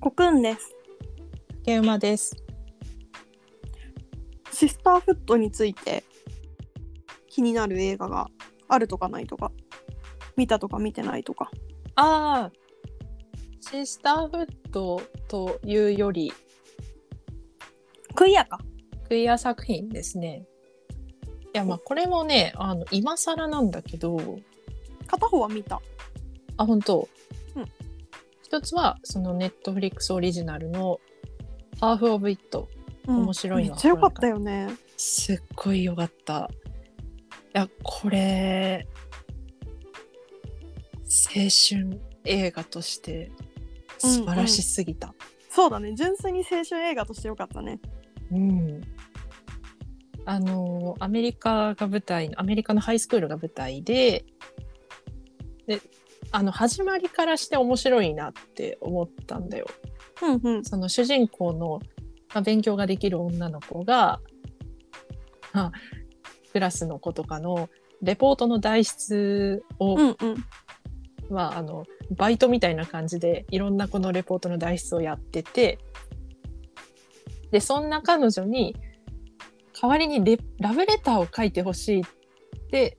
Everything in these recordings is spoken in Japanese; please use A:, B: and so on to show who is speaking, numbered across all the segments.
A: コクンです
B: 竹馬です。
A: シスターフットについて気になる映画があるとかないとか見たとか見てないとか
B: ああ、シスターフットというより、
A: クイアか
B: クイア作品ですね。いや、まあ、これもね、あの、今更なんだけど、
A: 片方は見た
B: あ、本当
A: うん
B: 一つは、その、ネットフリックスオリジナルの、ハーフ・オブ・イット。
A: うん
B: 面白いな
A: めっちゃ良かったよね
B: すっごいよかった。いや、これ、青春映画として、素晴らしすぎた。
A: そうだね純粋に青春映画として良かったね
B: うんあのアメリカが舞台アメリカのハイスクールが舞台でであの始まりからして面白いなって思ったんだよ。
A: うんうん
B: その主人公の、まあ、勉強ができる女の子が、まあ、クラスの子とかのレポートの代筆を、
A: うんうん
B: まあ、あのバイトみたいな感じでいろんなこのレポートの代筆をやっててでそんな彼女に代わりにレラブレターを書いてほしいって、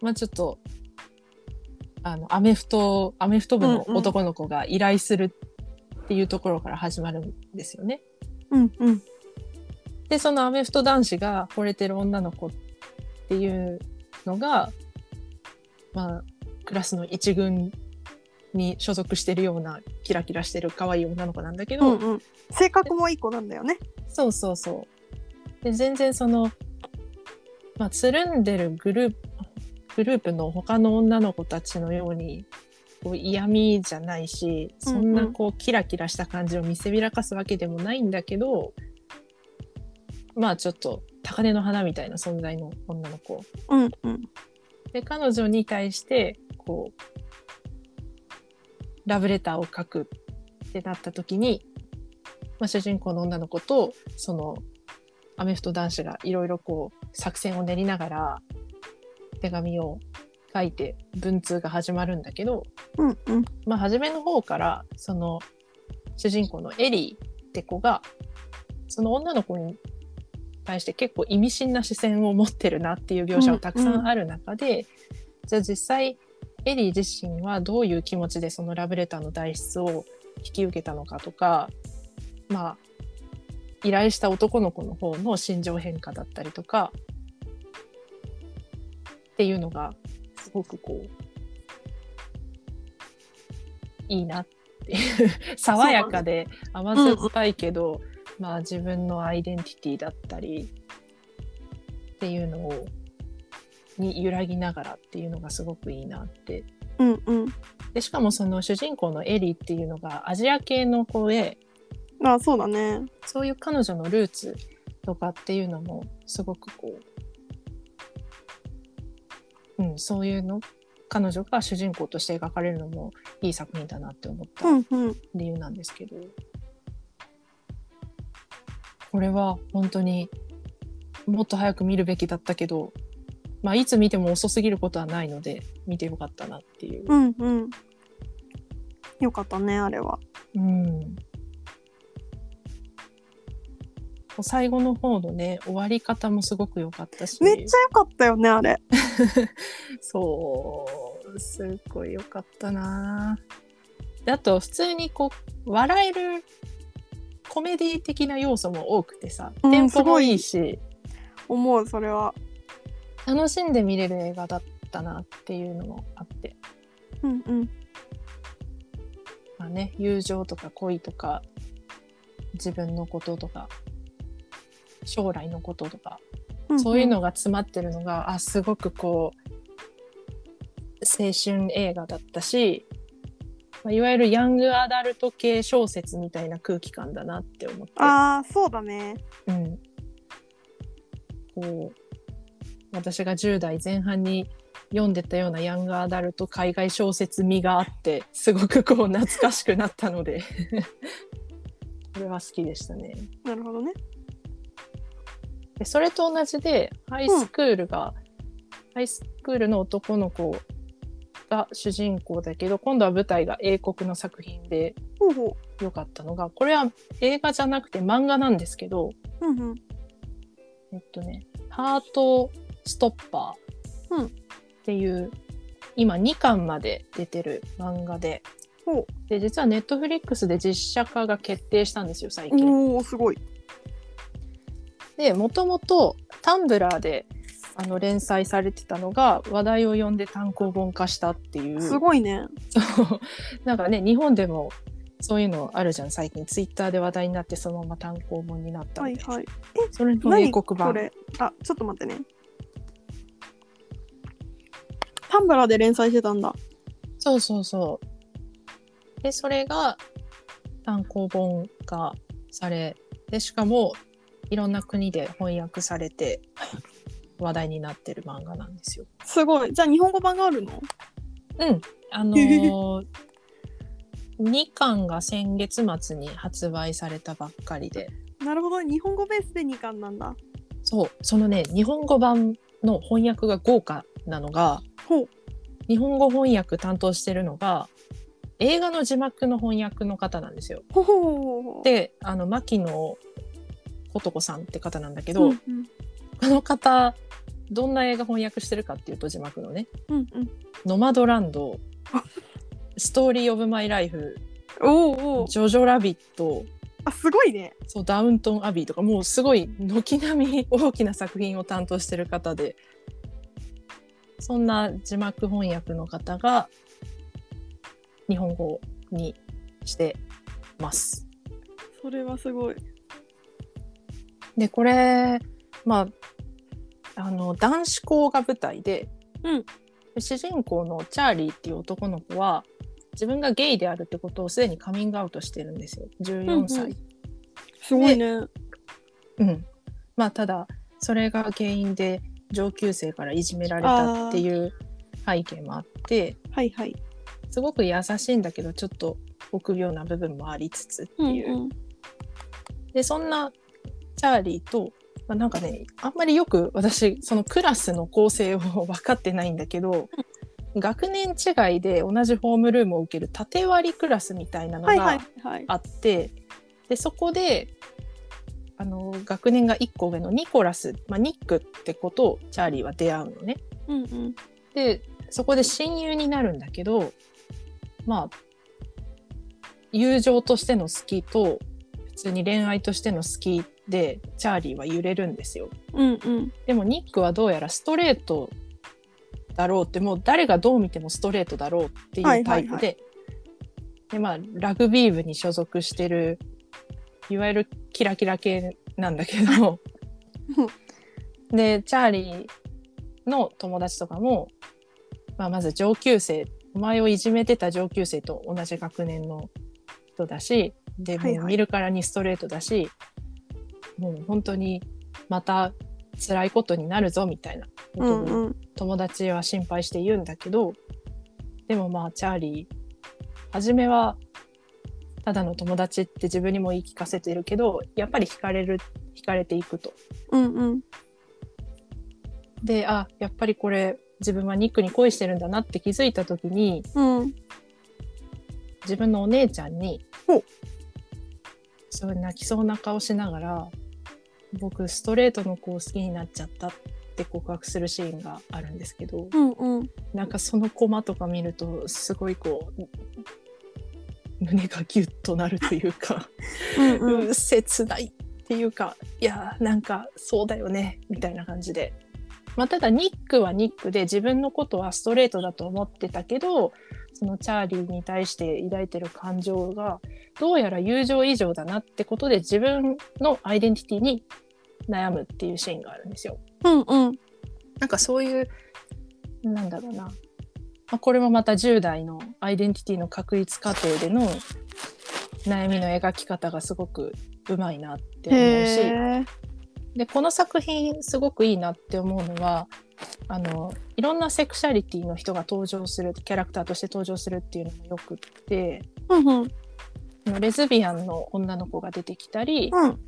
B: まあ、ちょっとあのアメフトアメフト部の男の子が依頼するっていうところから始まるんですよね。
A: うんうん
B: でそのアメフト男子が惚れてる女の子っていうのがまあクラスの一軍に所属してるようなキラキラしてる可愛い女の子なんだけ
A: う
B: ど、
A: んうん性格もいい子なんだよね
B: そうそうそうで全然そのまあつるんでるグループグループの他の女の子たちのようにこう嫌味じゃないしそんなこうキラキラした感じを見せびらかすわけでもないんだけど、まあちょっと高嶺の花みたいな存在の女の子
A: うんうん
B: で彼女に対してこうラブレターを書くってなった時に、まあ、主人公の女の子とそのアメフト男子がいろいろこう作戦を練りながら手紙を書いて文通が始まるんだけど、
A: うんうん
B: まあ、初めの方からその主人公のエリーって子がその女の子に対して結構意味深な視線を持ってるなっていう描写がたくさんある中で、じゃあ実際エリー自身はどういう気持ちでそのラブレターの代筆を引き受けたのかとかまあ依頼した男の子の方の心情変化だったりとかっていうのがすごくこういいなっていう爽やかで甘酸っぱいけど、まあ自分のアイデンティティだったりっていうのをに揺らぎながらっていうのがすごくいいなって
A: うんうん
B: でしかもその主人公のエリーっていうのがアジア系の子で
A: ああそうだね
B: そういう彼女のルーツとかっていうのもすごくこう、うん、そういうの彼女が主人公として描かれるのもいい作品だなって思った
A: うんうん
B: 理由なんですけど、これは本当にもっと早く見るべきだったけど、まあ、いつ見ても遅すぎることはないので見てよかったなっていう。
A: うんうんよかったねあれは
B: うん最後の方のね終わり方もすごく良かったし
A: めっちゃ良かったよねあれ
B: そうすっごい良かったなであと普通にこう笑えるコメディ的な要素も多くてさ
A: うん
B: テンポもいいし、
A: 思うそれは
B: 楽しんで見れる映画だったなっていうのもあって、
A: うんうん
B: まあね、友情とか恋とか自分のこととか将来のこととか
A: んん
B: そういうのが詰まってるのが、あ、すごくこう、青春映画だったし、まあ、いわゆるヤングアダルト系小説みたいな空気感だなって思って、
A: ああそうだね
B: うん。こう、私が10代前半に読んでたようなヤングアダルト海外小説味があって、すごくこう懐かしくなったので、 これは好きでしたね。
A: なるほどね
B: でそれと同じでハイスクールが、ハイスクールの男の子が主人公だけど今度は舞台が英国の作品で
A: ほうほ
B: 良かったのがこれは映画じゃなくて漫画なんですけど
A: うんうん
B: えっとね「ハートストッパ
A: うん
B: ー」っていう、今2巻まで出てる漫画で
A: ほ
B: で実はネットフリックスで実写化が決定したんですよ最近。
A: おーすごい
B: でもともとタンブラーであの連載されてたのが話題を呼んで単行本化したっていう
A: すごいね
B: そうなんかね日本でもそういうのあるじゃん最近ツイッターで話題になってそのまま単行本になった
A: は
B: み
A: い
B: たいな、
A: はい
B: それの英
A: 何
B: 国
A: こ
B: 版
A: れあちょっと待ってねタンブラーで連載してたんだ
B: そうそうそうでそれが単行本化されでしかもいろんな国で翻訳されて話題になってる漫画なんですよ
A: すごいじゃあ日本語版があるの
B: うん。あのー、2巻が先月末に発売されたばっかりで、
A: なるほど日本語ベースで2巻なんだ
B: そう、そのね、日本語版の翻訳が豪華なのが、
A: ほう
B: 日本語翻訳担当してるのが、映画の字幕の翻訳の方なんですよ。
A: ほうほうほうほう
B: で、あの、牧野ことこさんって方なんだけ
A: う
B: ど、
A: んうん
B: この方、どんな映画翻訳してるかっていうと字幕のね、
A: うんうん
B: ノマドランド、ストーリー・オブ・マイ・ライフ、
A: おーおー
B: ジョジョ・ラビット、
A: あすごいね
B: そうダウントン・アビーとかもうすごい軒並み大きな作品を担当してる方でそんな字幕翻訳の方が日本語にしてます。
A: それはすごい
B: でこれまああの男子校が舞台で、
A: うん
B: で主人公のチャーリーっていう男の子は自分がゲイであるってことをすでにカミングアウトしてるんですよ14歳。
A: うんうんすごいね
B: うん、まあただそれが原因で上級生からいじめられたっていう背景もあって
A: はいはい
B: すごく優しいんだけどちょっと臆病な部分もありつつっていう、
A: うんうん
B: でそんなチャーリーと、まあ、なんかねあんまりよく私そのクラスの構成を分かってないんだけど、学年違いで同じホームルームを受ける縦割りクラスみたいなのが、
A: はいはいはい
B: あってでそこであの学年が1個上のニコラス、まあ、ニックってことをチャーリーは出会うのね。
A: うんうん
B: でそこで親友になるんだけどまあ友情としての好きと普通に恋愛としての好きでチャーリーは揺れるんですよ。
A: うんうん
B: でもニックはどうやらストレートだろうってもう誰がどう見てもストレートだろうっていうタイプで,、
A: はいはいは
B: でまあラグビー部に所属してるいわゆるキラキラ系なんだけどでチャーリーの友達とかも、まあ、まず上級生お前をいじめてた上級生と同じ学年の人だしで
A: はい
B: も
A: は
B: う
A: い
B: 見るからにストレートだし、もう本当にまた辛いことになるぞみたいなこ
A: う
B: と
A: ん
B: を
A: うん
B: 友達は心配して言うんだけど、でもまあチャーリー初めはただの友達って自分にも言い聞かせてるけどやっぱり惹かれる惹かれていくと。
A: うんうん
B: であやっぱりこれ自分はニックに恋してるんだなって気づいた時に
A: うん
B: 自分のお姉ちゃんに
A: ほう
B: すごい泣きそうな顔しながら僕ストレートの子を好きになっちゃったって告白するシーンがあるんですけど。
A: うんうん
B: なんかそのコマとか見るとすごいこう胸がギュッとなるというか、
A: うんうん
B: うん切ないっていうかいやーなんかそうだよねみたいな感じで、まあ、ただニックはニックで自分のことはストレートだと思ってたけどそのチャーリーに対して抱いてる感情がどうやら友情以上だなってことで自分のアイデンティティに悩むっていうシーンがあるんですよ。
A: うんうん
B: なんかそういう、なんだろうな。まあ、これもまた10代のアイデンティティの確立過程での悩みの描き方がすごくうまいなって思うし。
A: へえ
B: で、この作品すごくいいなって思うのは、あの、いろんなセクシャリティの人が登場する、キャラクターとして登場するっていうのもよくって、
A: うんうん
B: あのレズビアンの女の子が出てきたり、
A: うん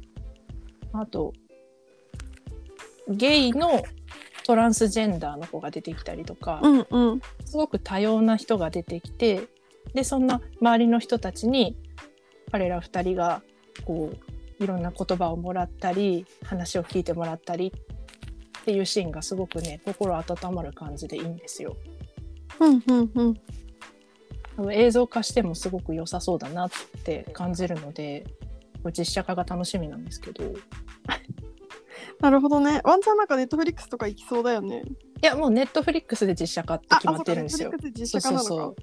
B: あと、ゲイのトランスジェンダーの子が出てきたりとか、
A: うんうん
B: すごく多様な人が出てきてでそんな周りの人たちに彼ら2人がこういろんな言葉をもらったり話を聞いてもらったりっていうシーンがすごくね心温まる感じでいいんですよ。
A: うんうんうん
B: あの映像化してもすごく良さそうだなって感じるのでこれ実写化が楽しみなんですけどい
A: なるほどねワンチャンなんかネットフリックスとか行きそうだよね
B: やもうネットフリックスで実写化って決まってるんですよ
A: あ。そうか Netflix
B: そ
A: 実
B: う
A: 写化な
B: そう
A: のか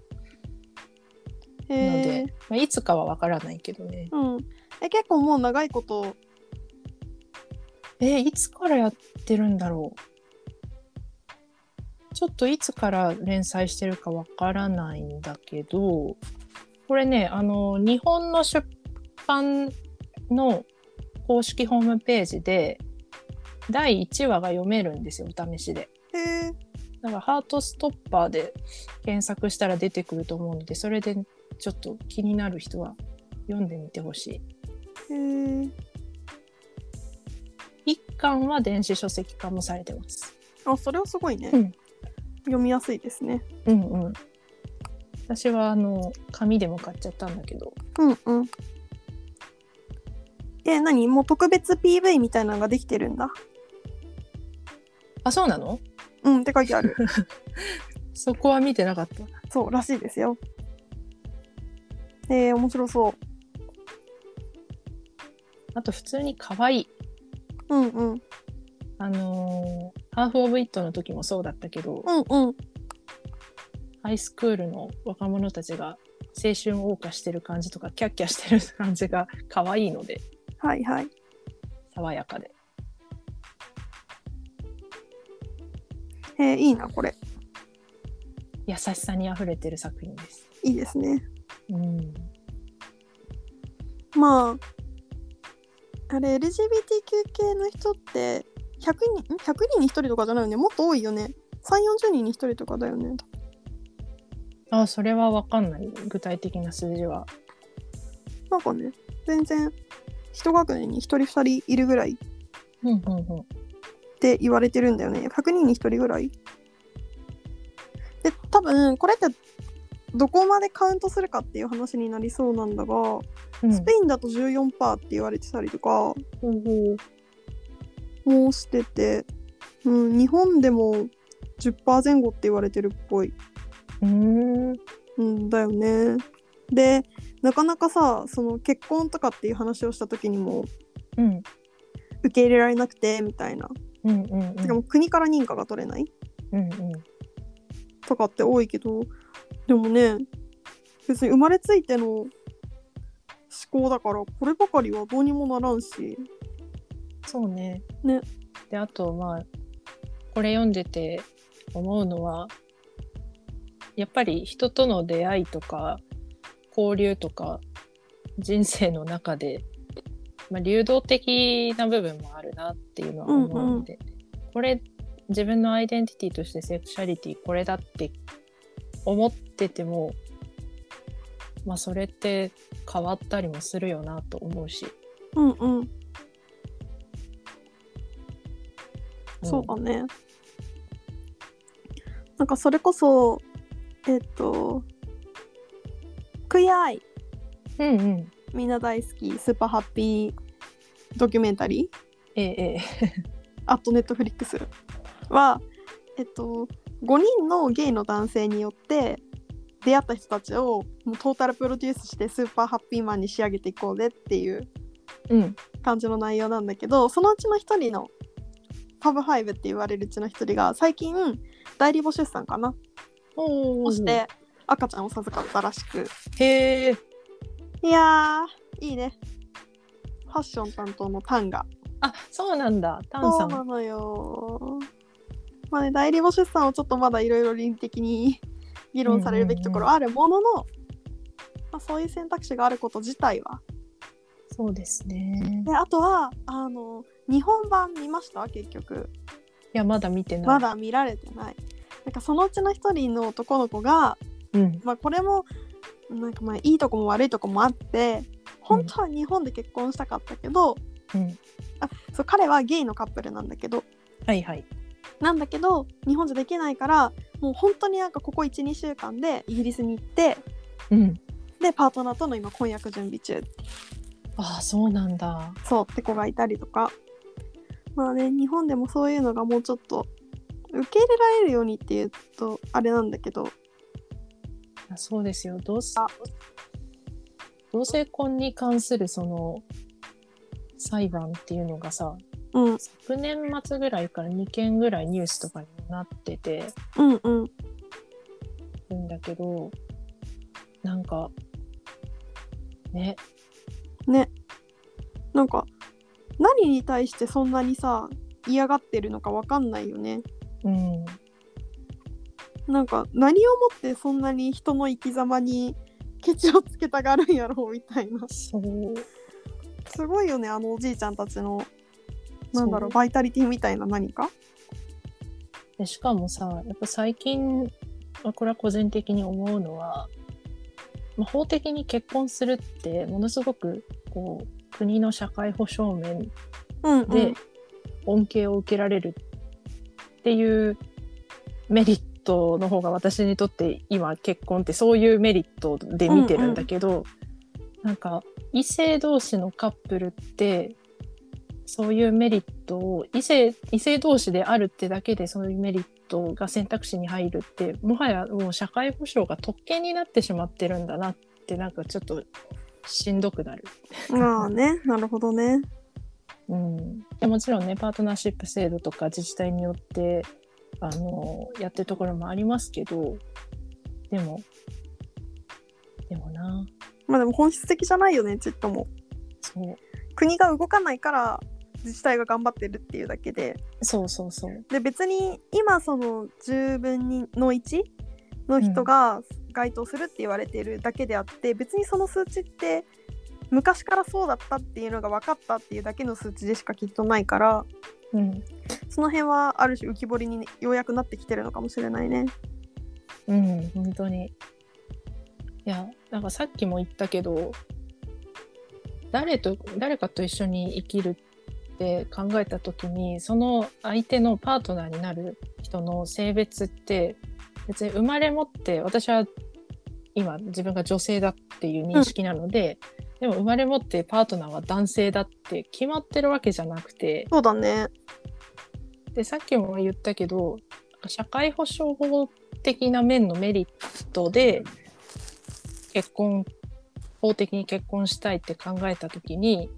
B: そう
A: へ
B: なの
A: え
B: で、まあ、いつかはわからないけどね。
A: うんえ結構もう長いこと
B: えーいつからやってるんだろうちょっといつから連載してるかわからないんだけどこれねあの日本の出版の公式ホームページで第1話が読めるんですよお試しで。
A: へえ
B: だからハートストッパーで検索したら出てくると思うのでそれでちょっと気になる人は読んでみてほしい。
A: へえ
B: 一巻は電子書籍化もされてます。
A: あそれはすごいね、
B: うん
A: 読みやすいですね
B: うんうん。私はあの紙でも買っちゃったんだけど、
A: うんうんえ何もう特別 PV みたいなのができてるんだ
B: あそうなの？
A: うんって書いてある
B: そこは見てなかった。
A: そうらしいですよえー、面白そ
B: あと普通に可愛い。
A: ううんうん
B: あのーハーフオブイットの時もそうだったけど、
A: うんうん
B: ハイスクールの若者たちが青春を謳歌してる感じとかキャッキャしてる感じが可愛いので
A: はいはい
B: 爽やかで。
A: えー、いいなこれ
B: 優しさに溢れてる作品です。
A: いいですね
B: うん。
A: まああれ LGBTQ 系の人って100人ん100人に1人とかじゃないよねもっと多いよね3 4 0人に1人とかだよね
B: あ、それはわかんない。具体的な数字は。
A: なんかね全然一学年に1人2人いるぐらい
B: うんうんうん。
A: って言われてるんだよね100人に1人ぐらいで多分これってどこまでカウントするかっていう話になりそうなんだが、
B: うん、
A: スペインだと14%って言われてたりとかもうしてて、うん、日本でも10%前後って言われてるっぽい
B: うん。
A: うんだよねでなかなかさその結婚とかっていう話をした時にも
B: うん。
A: 受け入れられなくてみたいな、
B: うんうんうん。
A: てかもう国から認可が取れない
B: うんうん。
A: とかって多いけどでもね別に生まれついての思考だからこればかりはどうにもならんし
B: そうね。
A: ね。
B: で、あと、まあ、これ読んでて思うのは、やっぱり人との出会いとか、交流とか、人生の中で、まあ、流動的な部分もあるなっていうのは思うので、これ、自分のアイデンティティとしてセクシャリティ、これだって思ってても、まあ、それって変わったりもするよなと思うし。
A: うんうん、
B: ん
A: そうだねなんかそれこそえっと「クイアアイ
B: うんうん。
A: みんな大好きスーパーハッピードキュメンタリー」
B: ええ、ええ。
A: あとネットフリックスは、えっと、5人のゲイの男性によって出会った人たちをもうトータルプロデュースしてスーパーハッピーマンに仕上げていこうぜっていう
B: うん。
A: 感じの内容なんだけどそのうちの1人のファブファイブって言われるうちの1人が最近代理母出産かな
B: そ
A: をして赤ちゃんを授かったらしく
B: へえ。
A: いやーいいねファッション担当のタンが
B: あ、そうなんだ。タン
A: そ
B: さ。
A: うなんのよ。まあね、代理母出産をちょっとまだいろいろ倫理的に 議論されるべきところあるものの、まあ、そういう選択肢があること自体は。
B: そうですね。い
A: であとはあの日本版見ました結局
B: や、まだ見てない。
A: ま。だ見られてない。なんかそのうちの一人の男の子が、
B: うん。
A: まあ、これもなんかまあいいとこも悪いとこもあって本当は日本で結婚したかったけど、
B: うん。
A: あそう彼はゲイのカップルなんだけど
B: はいはい。
A: なんだけど日本じゃできないからもう本当になんかここ12週間でイギリスに行って
B: うん。
A: でパートナーとの今婚約準備中
B: ああそうなんだ
A: そうって子がいたりとかまあね日本でもそういうのがもうちょっと受け入れられるようにっていうとあれなんだけど
B: いやそうですよ同性同性婚に関するその裁判っていうのがさ
A: うん
B: 昨年末ぐらいから2件ぐらいニュースとかになってて
A: うんうん
B: るんだけどなんかね
A: ねなんか何に対してそんなにさ嫌がってるのかわかんないよね
B: うん
A: なんか何をもってそんなに人の生き様にケチをつけたがるんやろうみたいな
B: そう
A: すごいよねあのおじいちゃんたちのなんだろう
B: そう
A: バイタリティみたいな何か
B: でしかもさやっぱ最近はこれは個人的に思うのは、まあ、法的に結婚するってものすごくこう国の社会保障面
A: うん、うん、
B: で恩恵を受けられるっていうメリットの方が私にとって今結婚ってそういうメリットで見てるんだけど、なんか異性同士のカップルってそういうメリットを異性異性同士であるってだけでそういうメリットが選択肢に入るってもはやもう社会保障が特権になってしまってるんだなってなんかちょっとしんどくなる。
A: まあねなるほどね
B: うん、でもちろんねパートナーシップ制度とか自治体によってあのやってるところもありますけどでもでもな
A: まあでも本質的じゃないよねちっとも
B: そう
A: 国が動かないから自治体が頑張ってるっていうだけで
B: そうそうそう
A: で別に今その10分にの1の人が該当するって言われているだけであって、別にその数値って昔からそうだったっていうのが分かったっていうだけの数値でしかきっとないから
B: うん、
A: その辺はある種浮き彫りに、ようやくなってきてるのかもしれないね。
B: うん、本当にいやなんかさっきも言ったけど誰と誰かと一緒に生きるって考えた時にその相手のパートナーになる人の性別って別に生まれ持って私は今自分が女性だっていう認識なので、でも生まれ持ってパートナーは男性だって決まってるわけじゃなくて、
A: そうだね。
B: でさっきも言ったけど社会保障法的な面のメリットで結婚法的に結婚したいって考えた時に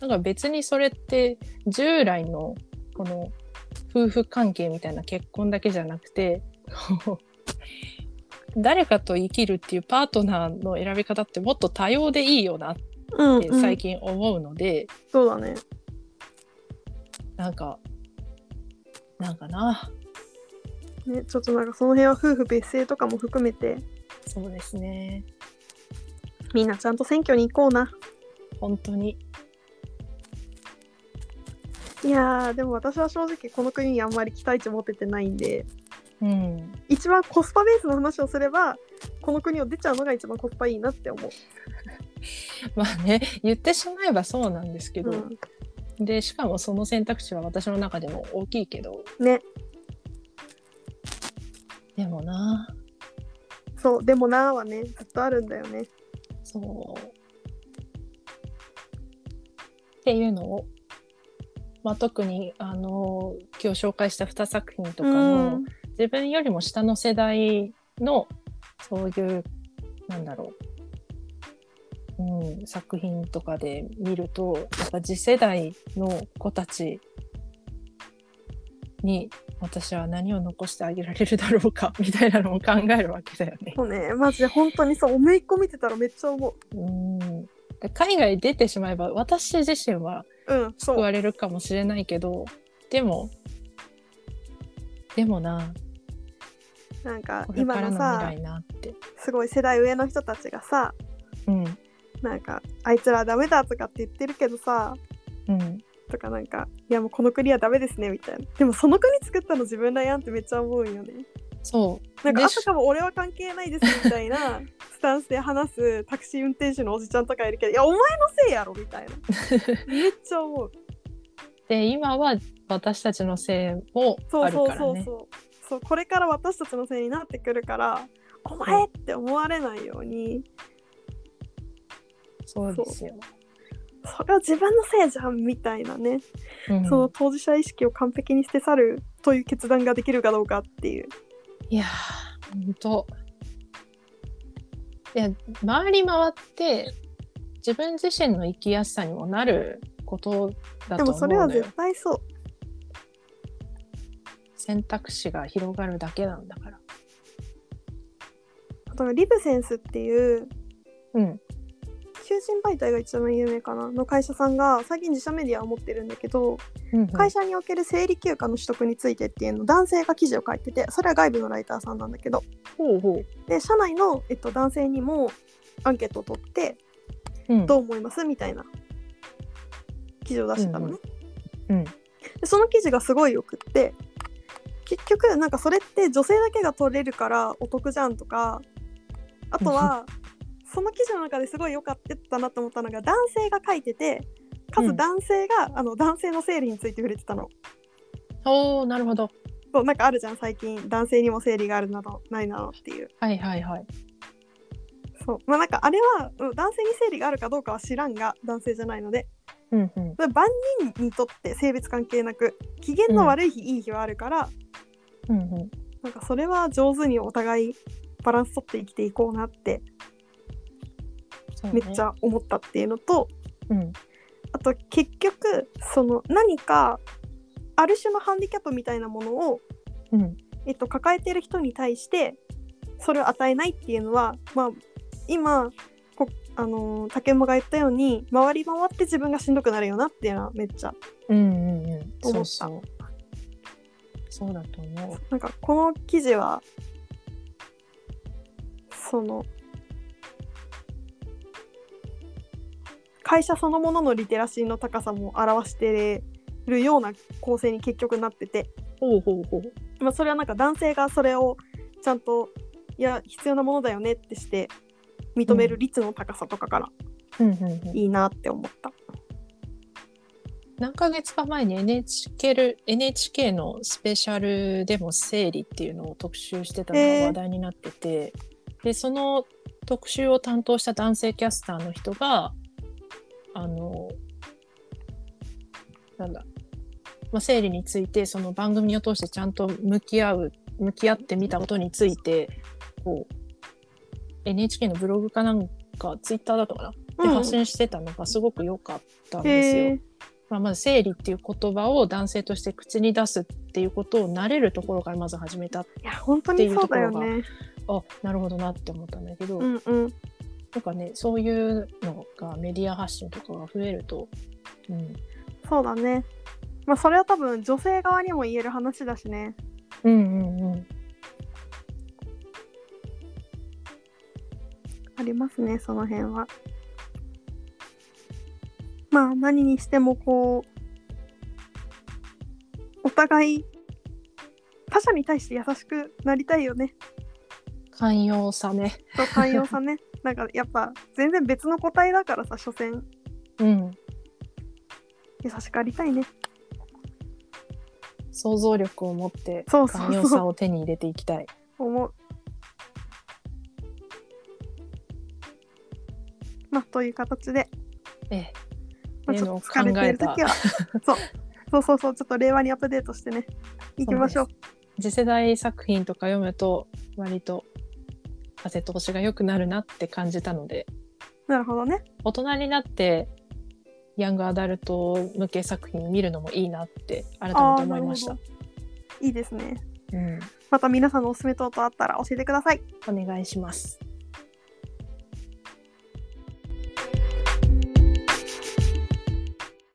B: なんか別にそれって従来のこの夫婦関係みたいな結婚だけじゃなくて こう誰かと生きるっていうパートナーの選び方ってもっと多様でいいよなっ
A: うん、
B: て
A: うん
B: 最近思うので、
A: そうだね。
B: なんかなんかな
A: ね、ちょっとなんかその辺は夫婦別姓とかも含めて、
B: そうですね。
A: みんなちゃんと選挙に行こうな。
B: 本当に。
A: いやー、でも私は正直この国にあんまり期待値持ててないんで、
B: うん。
A: 一番コスパベースの話をすればこの国を出ちゃうのが一番コスパいいなって思う。
B: まあね、言ってしまえばそうなんですけど、
A: うん
B: で、しかもその選択肢は私の中でも大きいけど、
A: ね
B: でもな、
A: そうでもなーはねずっとあるんだよね。
B: そう。っていうのを、まあ、特に、あの、今日紹介した2作品とかの、
A: うん
B: 自分よりも下の世代のそういうなんだろう、うん、作品とかで見るとやっぱ次世代の子たちに私は何を残してあげられるだろうか みたいなのを考えるわけだよね。
A: そうねマジで本当にそうおめいっ子見てたらめっちゃ思
B: うん海外出てしまえば私自身は
A: う。うんそ
B: 救
A: う
B: われるかもしれないけどでもでもな
A: なんか
B: これか
A: 今
B: ら
A: の
B: の
A: さ
B: 未来なって。
A: すごい世代上の人たちがさ
B: うん
A: なんかあいつらダメだとかって言ってるけどさ
B: うん
A: とかなんかいやもうこの国はダメですねみたいなでもその国作ったの自分らやんってめっちゃ思うんよね。
B: そう。
A: なんかあ
B: で
A: たかも俺は関係ないですみたい なスタンスで話すタクシー運転手のおじちゃんとかいるけどいやお前のせいやろみ たいなめっちゃ思う
B: で今は私たちのせいも
A: そ
B: あ
A: う
B: る
A: そ
B: か
A: う
B: ら
A: そう
B: ね。
A: そうそうこれから私たちのせいになってくるからお前って思われないように
B: そうですよ。
A: それは自分のせいじゃんみたいなね、
B: うん
A: その当事者意識を完璧に捨て去るという決断ができるかどうかっていう。
B: いやー、本当。いや、回り回って、自分自身の生きやすさにもなることだ
A: で
B: と
A: も
B: 思
A: そうれは
B: のよ
A: 絶。対そう。
B: 選択肢が広がるだけなんだから。
A: あとリブセンスっていう
B: うん。
A: 求人媒体が一番有名かなの会社さんが最近自社メディアを持ってるんだけど、
B: うんうん
A: 会社における生理休暇の取得についてっていうのを男性が記事を書いててそれは外部のライターさんなんだけど
B: ほうほ
A: で社内の、えっと、男性にもアンケートを取って
B: う。うん。
A: どう思いますみたいな記事を出してたのね、
B: うん。
A: でその記事がすごいよくって結局なんかそれって女性だけが取れるからお得じゃんとかあとはその記事の中ですごい良かったなと思ったのが男性が書いててか
B: う
A: つ
B: ん
A: 男性が、あの男性の生理について触れてたの。
B: おー、なるほど。
A: そうなんかあるじゃん最近男性にも生理があるなどないなどっていう
B: はいはいはい。
A: そうまあなんかあれはうん男性に生理があるかどうかは知らんが男性じゃないので
B: うんうん。
A: まあ万人にとって性別関係なく機嫌の悪い日、いい日はあるから
B: うんうん。
A: なんかそれは上手にお互いバランス取って生きていこうなって
B: そう
A: め
B: ね
A: っち。ゃ思ったっていうのと、
B: うん。
A: あと結局その何かある種のハンディキャップみたいなものを、
B: うん。
A: えっと、抱えてる人に対してそれを与えないっていうのは、まあ、今こあのー竹馬が言ったように回り回って自分がしんどくなるよなっていうのはめっちゃ
B: うんうんうん。
A: 思った
B: そうそう。そうだと思う。
A: なんかこの記事はその会社そのもののリテラシーの高さも表してるような構成に結局なってて、
B: ほうほうほう。
A: まあ、それはなんか男性がそれをちゃんといや必要なものだよねってして認める率の高さとかから
B: うんうんうん。
A: いいなって思った。
B: 何ヶ月か前に NHK, る NHK のスペシャルでも生理っていうのを特集してたの
A: へー
B: が話題になってて、でその特集を担当した男性キャスターの人があのなんだ、まあ、生理についてその番組を通してちゃんと向き合う向き合ってみたことについてこう NHK のブログかなんかツイッターだったかなで
A: うん
B: 発信してたのがすごく良かったんですよ。
A: へー
B: まあ、まず生理っていう言葉を男性として口に出すっていうことを慣れるところからまず始めた
A: いや本当にそうだよね。
B: あなるほどなって思ったんだけど、
A: うんうん、
B: なんかねそういうのがメディア発信とかが増えると、うん、
A: そうだね。まあそれは多分女性側にも言える話だしね。
B: うんうんうん
A: ありますねその辺は。まあ何にしてもこうお互い他者に対して優しくなりたいよね
B: 寛容さね、
A: と寛容さね。 なんかやっぱ全然別の個体だからさ所詮
B: うん、
A: 優しくありたいね。
B: 想像力を持って
A: そうそうそう
B: 寛容さを手に入れていきたい。
A: 思う。まあという形で
B: ええ
A: まあ、ちょっと疲れてる時は、 そう、そうそうそう、ちょっと令和にアップデートしてね、行きましょう。
B: 次世代作品とか読むと割と風通しが良くなるなって感じたので
A: なるほどね。
B: 大人になってヤングアダルト向け作品見るのもいいなって改めて
A: ー
B: 思いまし
A: な
B: た
A: る。ほどいいですね。
B: うん、
A: また皆さんのおすすめ等々あったら教えてください。
B: お願いします。